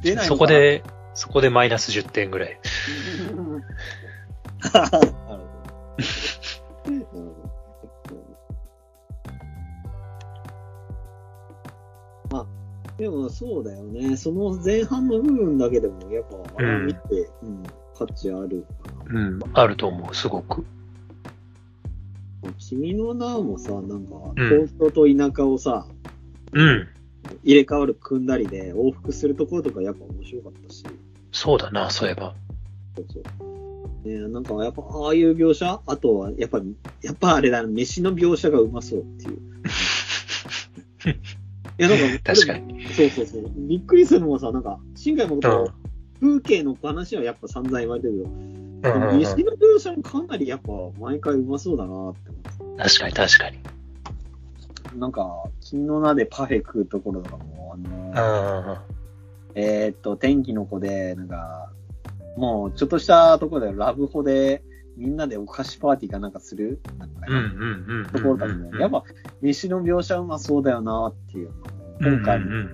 Speaker 1: 出ないのかな
Speaker 3: そこ。で、そこでマイナス10点ぐらい。
Speaker 1: [LAUGHS] なるほどなるほど。まあ、でもそうだよね。その前半の部分だけでも、やっぱ、あれ見て、うん、価値あるかな。
Speaker 3: うん、あると思う、すごく。
Speaker 1: 君の名もさ、なんか、
Speaker 3: ん
Speaker 1: 東京と田舎をさ、
Speaker 3: うん。
Speaker 1: 入れ替わる組んだりで往復するところとかやっぱ面白かったし、
Speaker 3: そうだな、そういえば。
Speaker 1: そうそう。ねなんかやっぱああいう描写あとはやっぱ、やっぱあれだな、飯の描写がうまそうって
Speaker 3: [LAUGHS]
Speaker 1: いう。いや、なんか、
Speaker 3: 確かに。
Speaker 1: に。そうそうそう。びっくりするのはさ、なんか、新海
Speaker 3: うん。
Speaker 1: 誠、風景の話はやっぱ散々言われてるけど、
Speaker 3: う
Speaker 1: で
Speaker 3: ん
Speaker 1: も
Speaker 3: うんうん
Speaker 1: 飯の描写もかなりやっぱ毎回うまそうだなって思って
Speaker 3: 確かに、確かに。
Speaker 1: なんか、金の名でパフェ食うところとかも、あの
Speaker 3: うんうんうん。
Speaker 1: えーっと、天気の子で、なんか、もうちょっとしたところでラブホで、みんなでお菓子パーティーかなんかする、なんかね
Speaker 3: うんうんうんうん。
Speaker 1: ところだけど、やっぱ、西の描写うまそうだよなっていう
Speaker 3: うん、
Speaker 1: 今回、
Speaker 3: うんうん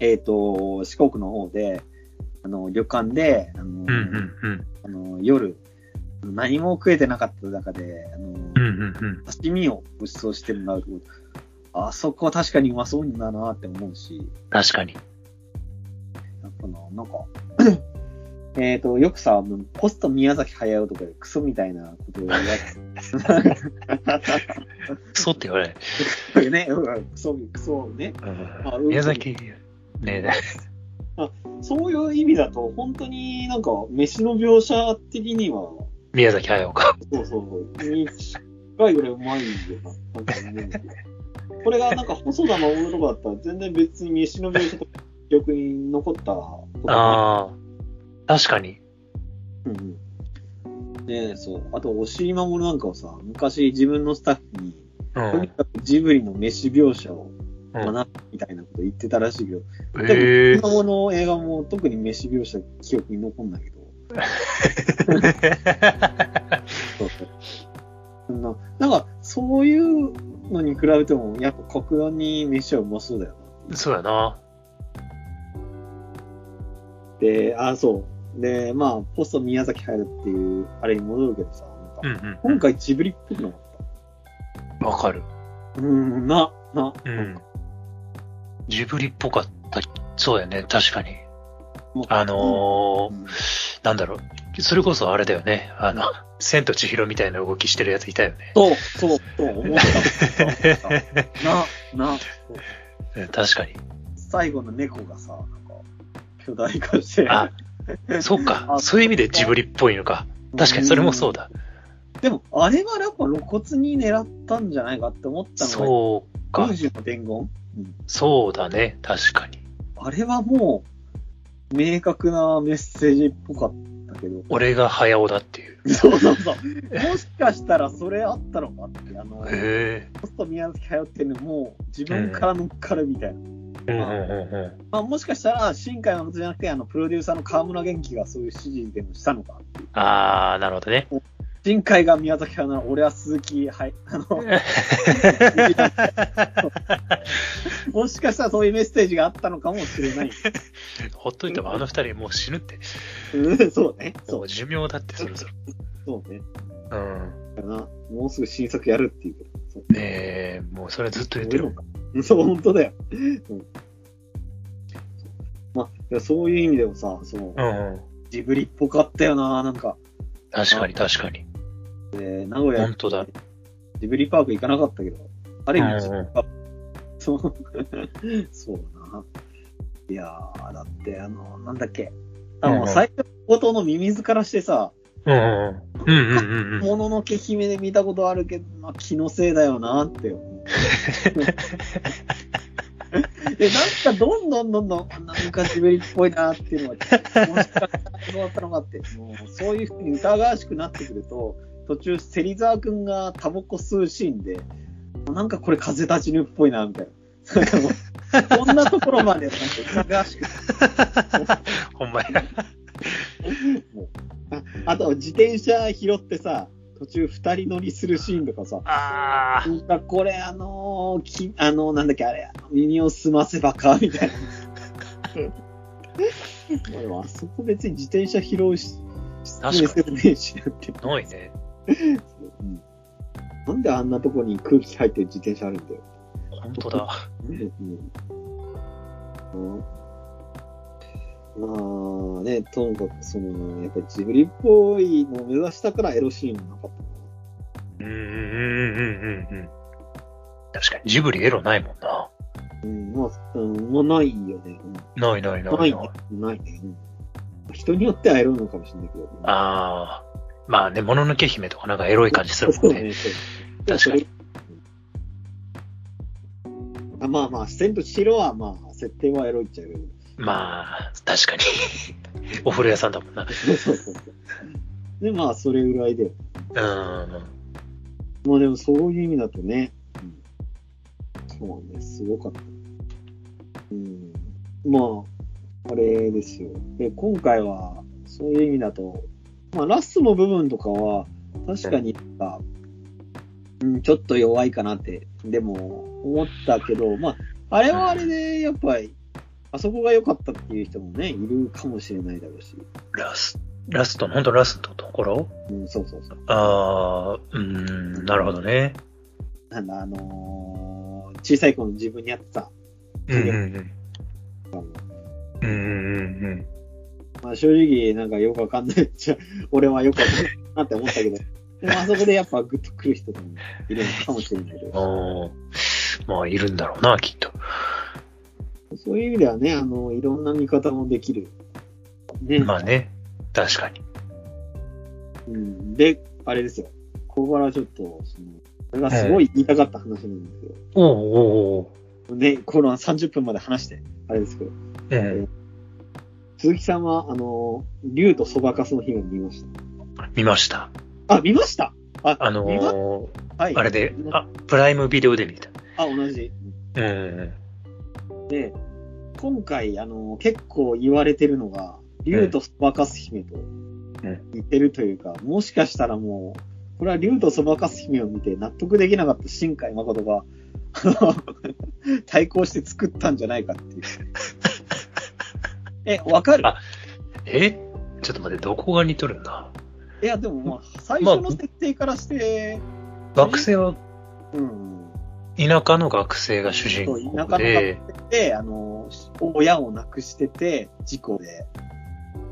Speaker 1: えーっと、四国の方で、あの、旅館で、あの、
Speaker 3: うん。うんうん
Speaker 1: あの夜、何も食えてなかった中で、あの、
Speaker 3: うん。うんうんうん。
Speaker 1: 刺身をご馳走してもらうとこあそこは確かにうまそうだなって思うし、
Speaker 3: 確かに。
Speaker 1: やっぱな、なんか、 [CLEARS THROAT] えっと、よくさ、ポスト宮崎駿とかでクソみたいなことを言わ
Speaker 3: そうって言われる。
Speaker 1: れてね、 [LAUGHS] うんクソ、クソね。
Speaker 3: うん
Speaker 1: あ
Speaker 3: 宮崎、ね
Speaker 1: そういう意味だと、本当になんか、飯の描写的には、
Speaker 3: 宮崎駿か。
Speaker 1: そうそうそう、に近いぐらいうまいよな、なんか思うんですけどこれがなんか細田守とかだったら、全然別に飯の描写とか記憶に残ったとかない
Speaker 3: ああ。確かに。
Speaker 1: うんうんねえ、そう。あと、押井守なんかをさ、昔自分のスタッフに、
Speaker 3: う
Speaker 1: とに
Speaker 3: ん。
Speaker 1: かくジブリの飯描写を
Speaker 3: うん
Speaker 1: 学ぶみたいなこと言ってたらしいけど、
Speaker 3: ええ
Speaker 1: 今後の映画も特に飯描写記憶に残んないけど、そうそう。そんな、なんか、そういうのに比べても、やっぱ格段に飯はうまそうだよ
Speaker 3: そうやな。
Speaker 1: な。で、あ、そう。で、まあ、ポスト宮崎入るっていう、あれに戻るけどさ、なん
Speaker 3: う
Speaker 1: か、
Speaker 3: んう
Speaker 1: 今回ジブリっぽくなかった。
Speaker 3: ん。わかる。
Speaker 1: うん、な、な、
Speaker 3: うん。ジブリっぽかった。そうやね。確かに。
Speaker 1: もう
Speaker 3: あの
Speaker 1: う
Speaker 3: ー
Speaker 1: ん
Speaker 3: なんだろう。それこそあれだよね。あの、千と千尋みたいな動きしてるやついたよね。
Speaker 1: そう、そう、そう、思っ
Speaker 3: [LAUGHS]
Speaker 1: た。な、な、
Speaker 3: うん確かに。 [LAUGHS]
Speaker 1: 最後の猫がさ、なんか、巨大化して。
Speaker 3: あ、そっか。
Speaker 1: あ
Speaker 3: そういう意味でジブリっぽいのか。確かに、それもそうだ。
Speaker 1: うん。でも、あれはやっぱ露骨に狙ったんじゃないかって思ったのが、う。
Speaker 3: そうか。
Speaker 1: の伝言
Speaker 3: そうだね。確かに。
Speaker 1: あれはもう、明確なメッセージっぽかったけど。
Speaker 3: 俺が早尾だっていう。
Speaker 1: そうそう
Speaker 3: [LAUGHS]
Speaker 1: そう。もしかしたらそれあったのかって、あの、
Speaker 3: へ
Speaker 1: ポスト宮崎通ってるのも、自分から乗っかるみたいな。
Speaker 3: え。うんうんうんうん。
Speaker 1: まあ、もしかしたら、新海誠じゃなくて、あの、プロデューサーの河村元気がそういう指示でもしたのか。
Speaker 3: あー、なるほどね。
Speaker 1: 新海が宮崎派なら、俺は鈴木、はい。あの、 [LAUGHS] もしかしたらそういうメッセージがあったのかもしれない。
Speaker 3: [LAUGHS] ほっといてもあの二人もう死ぬって。
Speaker 1: うんそうね。そ
Speaker 3: そうう、、寿命だってそろそろ。
Speaker 1: そうね。
Speaker 3: うん。
Speaker 1: だな。もうすぐ新作やるっていうこと。そう
Speaker 3: ええもうそれずっと言ってる。
Speaker 1: そう、本当だよ。うんまあ、いやそういう意味でもさ、その
Speaker 3: う、んうん。
Speaker 1: ジブリっぽかったよな、なんか。
Speaker 3: 確かに確かに。
Speaker 1: えー名古屋
Speaker 3: 本、当だ。
Speaker 1: ジブリパーク行かなかったけど、ある意味、
Speaker 3: うんうん
Speaker 1: そう、そうだな。いやー、だって、あの、なんだっけ。あ
Speaker 3: うん
Speaker 1: の、
Speaker 3: うん
Speaker 1: 最初の冒頭のミミズからしてさ、
Speaker 3: うんうんうん。うんうんうん。
Speaker 1: もののけ姫で見たことあるけど、まあ、気のせいだよなって
Speaker 3: [LAUGHS]
Speaker 1: 思う。で、なんかどんどんどんどん、あなんかジブリっぽいなっていうのは、もしかしたらそうだったのかって、もうそういうふうに疑わしくなってくると、途中、芹沢くんがタバコ吸うシーンで、なんかこれ風立ちぬっぽいな、みたいな。なんかもうこんなところまでなんか疑わしく
Speaker 3: ほんまや。
Speaker 1: もうああと、自転車拾ってさ、途中二人乗りするシーンとかさ、
Speaker 3: あ
Speaker 1: なんかこれあのーき、あのーなんだっけあれ、耳を澄ませばか、みたいな。まあでもあそこ別に自転車拾うし、
Speaker 3: 確か
Speaker 1: に。しなくても
Speaker 3: ー、ないね。
Speaker 1: うんなんであんなとこに空気入ってる自転車あるんだよ。
Speaker 3: 本当だ。
Speaker 1: うんまあね、とにかくその、やっぱりジブリっぽいのを目指したからエロシーンもなかったのかな
Speaker 3: ううんうんうんうんうんうん。確かに、ジブリエロないもんな。
Speaker 1: うん、もう、うん、もうないよね。うん
Speaker 3: ないないな
Speaker 1: な
Speaker 3: いないい。
Speaker 1: ね。ないね。うん人によってはエロいのかもしれないけど。
Speaker 3: ああ。まあね、もののけ姫とかなんかエロい感じす
Speaker 1: そう
Speaker 3: る
Speaker 1: そ
Speaker 3: も
Speaker 1: うん
Speaker 3: ね。
Speaker 1: ね。そう
Speaker 3: 確かに。
Speaker 1: あまあまあ、全部白はまあ、設定はエロいっちゃエロい。
Speaker 3: まあ、確かに。 [LAUGHS] お風呂屋さんだもんな。
Speaker 1: そうそうそう。で、まあ、それぐらいで。
Speaker 3: うん。
Speaker 1: まあでも、そういう意味だとね。うんそうね、すごかった。うん。まあ、あれですよ。で、今回は、そういう意味だと、まあ、ラストの部分とかは、確かになんか、うん、ちょっと弱いかなって、でも、思ったけど、まあ、あれはあれで、やっぱり、あそこが良かったっていう人もね、いるかもしれないだろうし。
Speaker 3: ラス、ラストの、本当ラストのところ
Speaker 1: うん、そうそうそう。
Speaker 3: ああ、うーん、なるほどね。
Speaker 1: なんだ、あのー小さい頃の自分にあったさ、
Speaker 3: うんうんうん。うんうんうんうん。
Speaker 1: まあ、正直、なんかよくわかんない。じゃ俺はよくわかんないなって思ったけ [LAUGHS] ど、でもあそこでやっぱグッとくる人もいるのかもしれないけど、
Speaker 3: おーまあ、いるんだろうな、きっと。
Speaker 1: そういう意味ではね、あの、いろんな見方もできる。ね。
Speaker 3: まあね、確かに。
Speaker 1: うん、で、あれですよ。ここからちょっと、その、これがすごい言いたかった話なんですけど、
Speaker 3: おーお
Speaker 1: ね、この30分まで話して、あれですけど、
Speaker 3: ーおーうん。
Speaker 1: 鈴木さんは、あの、竜とそばかすの姫を見まし
Speaker 3: 見ました。
Speaker 1: た。あ、見ましたあ、
Speaker 3: あ
Speaker 1: 見ま
Speaker 3: のー
Speaker 1: はい。
Speaker 3: あれで
Speaker 1: 見、ま
Speaker 3: あ、プライムビデオで見た。
Speaker 1: あ、同じ。
Speaker 3: うんうん
Speaker 1: で、今回、あの、結構言われてるのが、竜とそばかす姫と似てるというか、もしかしたらもう、これは竜とそばかす姫を見て納得できなかった新海誠が、 [LAUGHS] あの対抗して作ったんじゃないかって [LAUGHS] いう。え、わかる
Speaker 3: あえちょっと待って、どこが似とるんだ
Speaker 1: いや、でも、まあ、最初の設定からして、
Speaker 3: 学生は、
Speaker 1: うん。
Speaker 3: 田舎の学生が主人
Speaker 1: そう田舎の
Speaker 3: 公
Speaker 1: 学
Speaker 3: で、
Speaker 1: 生で、あの、親を亡くしてて、事故で。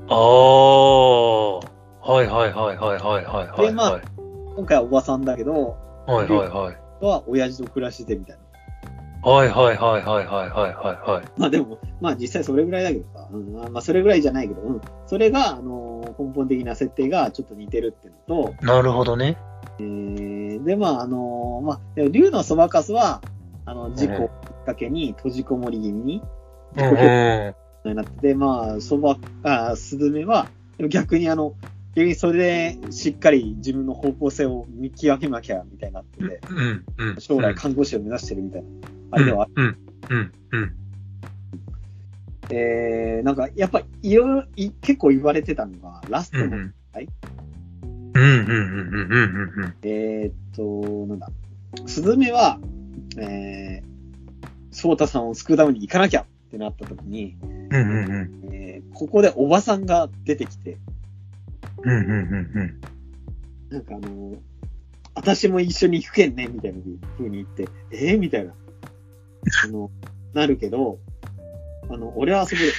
Speaker 3: ああ、はいはいはいはいはいはいはい。
Speaker 1: でまあ今回はおばさんだけど、
Speaker 3: はいはいはい。
Speaker 1: は親父と暮らしててみたいな。
Speaker 3: はいはいはいはいはいはいはいはい。
Speaker 1: まあでも、まあ実際それぐらいだけどさ、うん、まあそれぐらいじゃないけど、うん、それが、あのー根本的な設定がちょっと似てるっていうのと、
Speaker 3: なるほどね。
Speaker 1: えーで、まああのーまあ、でも竜のそばかすは、あの、事故をきっかけに閉じこもり気味に
Speaker 3: うんうん。
Speaker 1: なってて、まあ、そば、あ、スズメは、でも逆にあの、逆にそれでしっかり自分の方向性を見極めなきゃみたいになってて、
Speaker 3: うんうん。
Speaker 1: 将来看護師を目指してるみたいな、あれではある
Speaker 3: うんうんうん。
Speaker 1: えーなんかやっぱいろいろい結構言われてたのが、ラスト
Speaker 3: うんう
Speaker 1: の
Speaker 3: ん。
Speaker 1: はい
Speaker 3: うんうんうんうんうんうん。
Speaker 1: えーっと、なんだ、スズメは、えー、ソータさんを救うために行かなきゃってなった時に、
Speaker 3: うんうんうん。
Speaker 1: えーここでおばさんが出てきて、
Speaker 3: うんうんうんうん。
Speaker 1: なんかあの、私も一緒に行くけんね、みたいな風に言って、えー、みたいな、あの、なるけど、あの、俺はそこで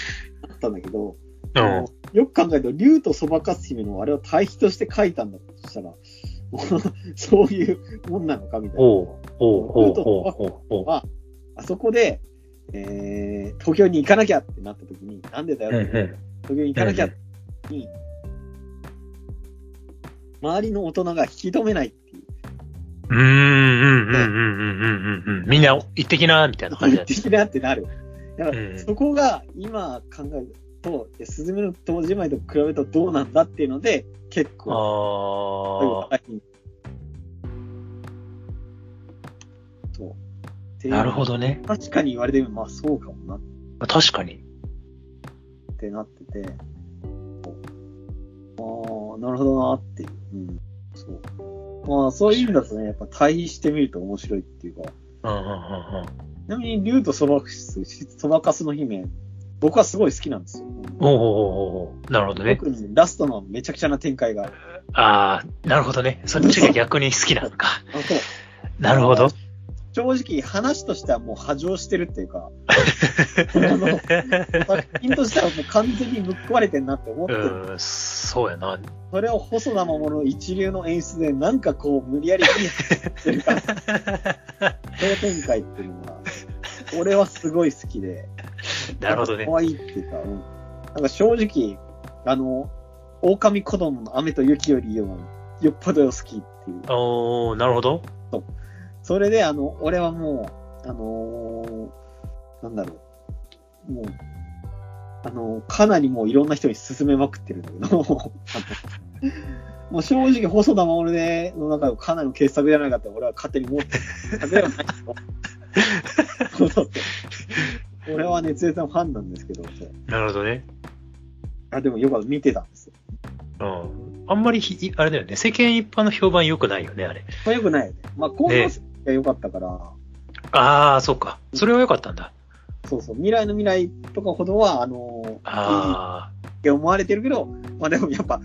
Speaker 1: あったんだけど、あのよく考えると、竜とそばかす姫のあれを対比として書いたんだとしたら、 [LAUGHS] もうそういうもんなのかみたいな。
Speaker 3: おうおうおうおうおうおう。
Speaker 1: は、あそこで、えー、東京に行かなきゃってなった時に、なんでだよ
Speaker 3: うんう
Speaker 1: って、
Speaker 3: ん。
Speaker 1: 東京に行かなきゃってに、周りの大人が引き止めないっていう。
Speaker 3: うんうんうんうんうんうんうんうん。みんな行ってきな、みたいな感じ
Speaker 1: 言っ
Speaker 3: だっ
Speaker 1: て。
Speaker 3: た
Speaker 1: きなってなる。だから、
Speaker 3: うん
Speaker 1: そこが今考えると、いやスズメの戸締まりと比べるとどうなんだっていうので、結
Speaker 3: あ
Speaker 1: 構、
Speaker 3: あ。
Speaker 1: そう。
Speaker 3: なるほ
Speaker 1: ど。
Speaker 3: どね。
Speaker 1: 確かに言われてみれば、まあそうかもなっ
Speaker 3: 確かに。
Speaker 1: てなってて、そうああ、なるほどなっていう。うん。そう。まあそういう意味だとね、やっぱ対比してみると面白いっていうか、
Speaker 3: うんうんうんうん。
Speaker 1: ちなみに竜とそばかす、そばかすの姫、僕はすごい好きなんですよ。
Speaker 3: おうおうおうおうなるほどね。
Speaker 1: 特にラストのめちゃくちゃな展開がある。 [LAUGHS]
Speaker 3: ああ、なるほどね。そっちが逆に好きなのか。
Speaker 1: あそう [LAUGHS]
Speaker 3: なるほど。
Speaker 1: 正直話としてはもう波状してるっていう
Speaker 3: [LAUGHS]
Speaker 1: か、作品としてはもう完全にぶっ壊れてんなって思ってる。
Speaker 3: うん、そうやな。
Speaker 1: それを細田守の一流の演出で、なんかこう、無理やりいいっていうか、性展開っていうのが、俺はすごい好きで、
Speaker 3: なるほどね
Speaker 1: んか。可愛いっていうか、うん。なんか正直、あの、狼子供の雨と雪よりも、よっぽど好きっていう。
Speaker 3: おー、なるほど。
Speaker 1: それで、あの、俺はもう、あのーなんだろう。もう、あのーかなりもういろんな人に勧めまくってるんだけど、あ [LAUGHS] のもう正直、細田守での中でかなりの傑作じゃないかって、俺は勝手に思ってる。勝手ではないけど [LAUGHS] そうそう俺は熱烈なファンなんですけど、そう
Speaker 3: なるほどね。
Speaker 1: あでもよく見てたんですよ。
Speaker 3: うん。あんまりひ、あれだよね。世間一般の評判良くないよね、あれ。
Speaker 1: まあ、よくないよね。まあ、高校生が良かったから、
Speaker 3: ああ、そうか。それは良かったんだ。
Speaker 1: そうそう、未来の未来とかほどは、あのー、いい
Speaker 3: あ
Speaker 1: って思われてるけど、まあでもやっぱ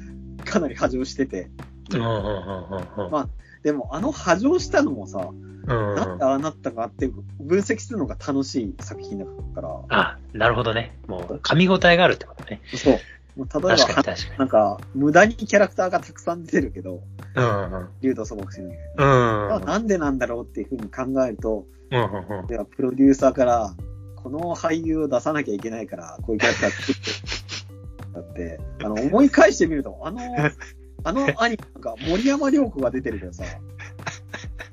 Speaker 1: かなり波状してて、
Speaker 3: あ。うんうんうんうんうん。
Speaker 1: までもあの波状したのもさ、
Speaker 3: うんう
Speaker 1: なん
Speaker 3: ん
Speaker 1: でああなったかって分析するのが楽しい作品だから、
Speaker 3: あ、なるほどね。もう、噛み応えがあるってことね。
Speaker 1: そう。もう例え
Speaker 3: 確かに
Speaker 1: ば、
Speaker 3: 確かに。
Speaker 1: なんか無駄にキャラクターがたくさん出てるけど、
Speaker 3: うんうん
Speaker 1: 竜と素朴しの
Speaker 3: う
Speaker 1: あ
Speaker 3: ん。
Speaker 1: なんでなんだろうっていうふうに考えると、
Speaker 3: うんうんうん。
Speaker 1: ではプロデューサーから、この俳優を出さなきゃいけないから、こういうキャラクター作って。 [LAUGHS] だって、あの、思い返してみると、
Speaker 3: [LAUGHS]
Speaker 1: あの、あのアニメなんか森山良子が出てるけどさ、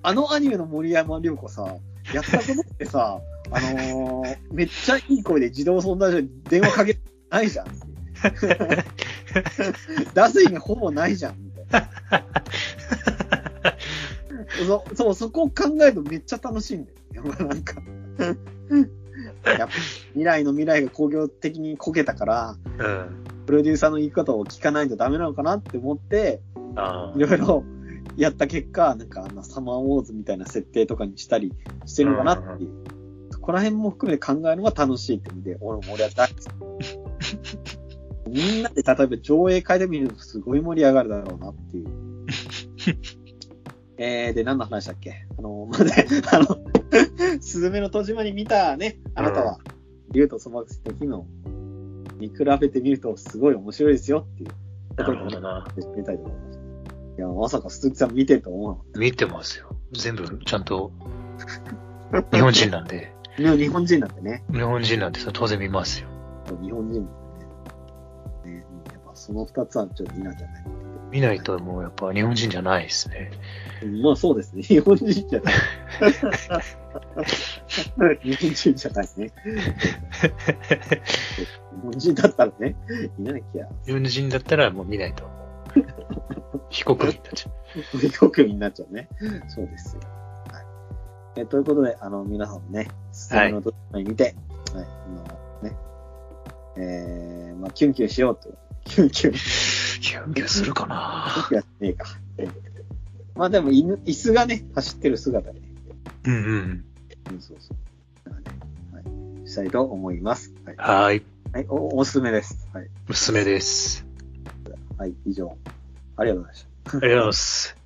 Speaker 1: あのアニメの森山良子さ、やったことってさ、あのーめっちゃいい声で自動相談所に電話かけない
Speaker 3: [LAUGHS]
Speaker 1: じゃんっていう。出す意味ほぼないじゃん、みたいな。そそう、そこを考えるとめっちゃ楽しいんだよ。なんか。やっぱ未来の未来が工業的にこけたから、
Speaker 3: うん。
Speaker 1: プロデューサーの言い方を聞かないとダメなのかなって思って、
Speaker 3: あ
Speaker 1: いろいろやった結果、なんかあのサマーウォーズみたいな設定とかにしたりしてるのかなっていう。そこら辺も含めて考えるのが楽しいって意味で、俺も俺は大好き。みんなで例えば上映会で見るとすごい盛り上がるだろうなっていう。 [LAUGHS] えー、で、何の話だっけあの、 [LAUGHS] まあね、あの、すずめの戸締まり見たね、あなたは、竜とそばくせの機能見比べてみるとすごい面白いですよっていう。
Speaker 3: あ。なるほどな。
Speaker 1: 見たいと思います。いや、まさか鈴木さん見てると思
Speaker 3: 見てますよ。全部、ちゃんと、
Speaker 1: うなかった
Speaker 3: 日本人なんで。
Speaker 1: ね日本人なんでね。
Speaker 3: 日本人なんで、それ当然見ますよ。
Speaker 1: 日本人なんでね。ねやっぱその二つはちょっと見なきゃね。
Speaker 3: 見ないともうやっぱ日本人じゃないですね。
Speaker 1: まあそうですね。日本人じゃない。日本人じゃないね。日本人だったらね、いなきゃ、
Speaker 3: 日本人だったらもう見ないと。非国民たち。
Speaker 1: 無国民になっちゃうね。そうですよ。はい、えということで、あの、皆さんもね、スタイルの動画に見て、はい、あのね、えー、まあ、キュンキュンしようと。キュンキュン。
Speaker 3: キュンキュンするかな
Speaker 1: 僕やってねえか。まあでも犬、椅子がね、走ってる姿で、ね、
Speaker 3: うんうん。
Speaker 1: うんそうそう。だからねはい。したいと思います。はい。
Speaker 3: はーい。
Speaker 1: はい、お、おすすめです。はい。
Speaker 3: 娘です。
Speaker 1: はい、以上。ありがとうございました。
Speaker 3: ありがとうございます。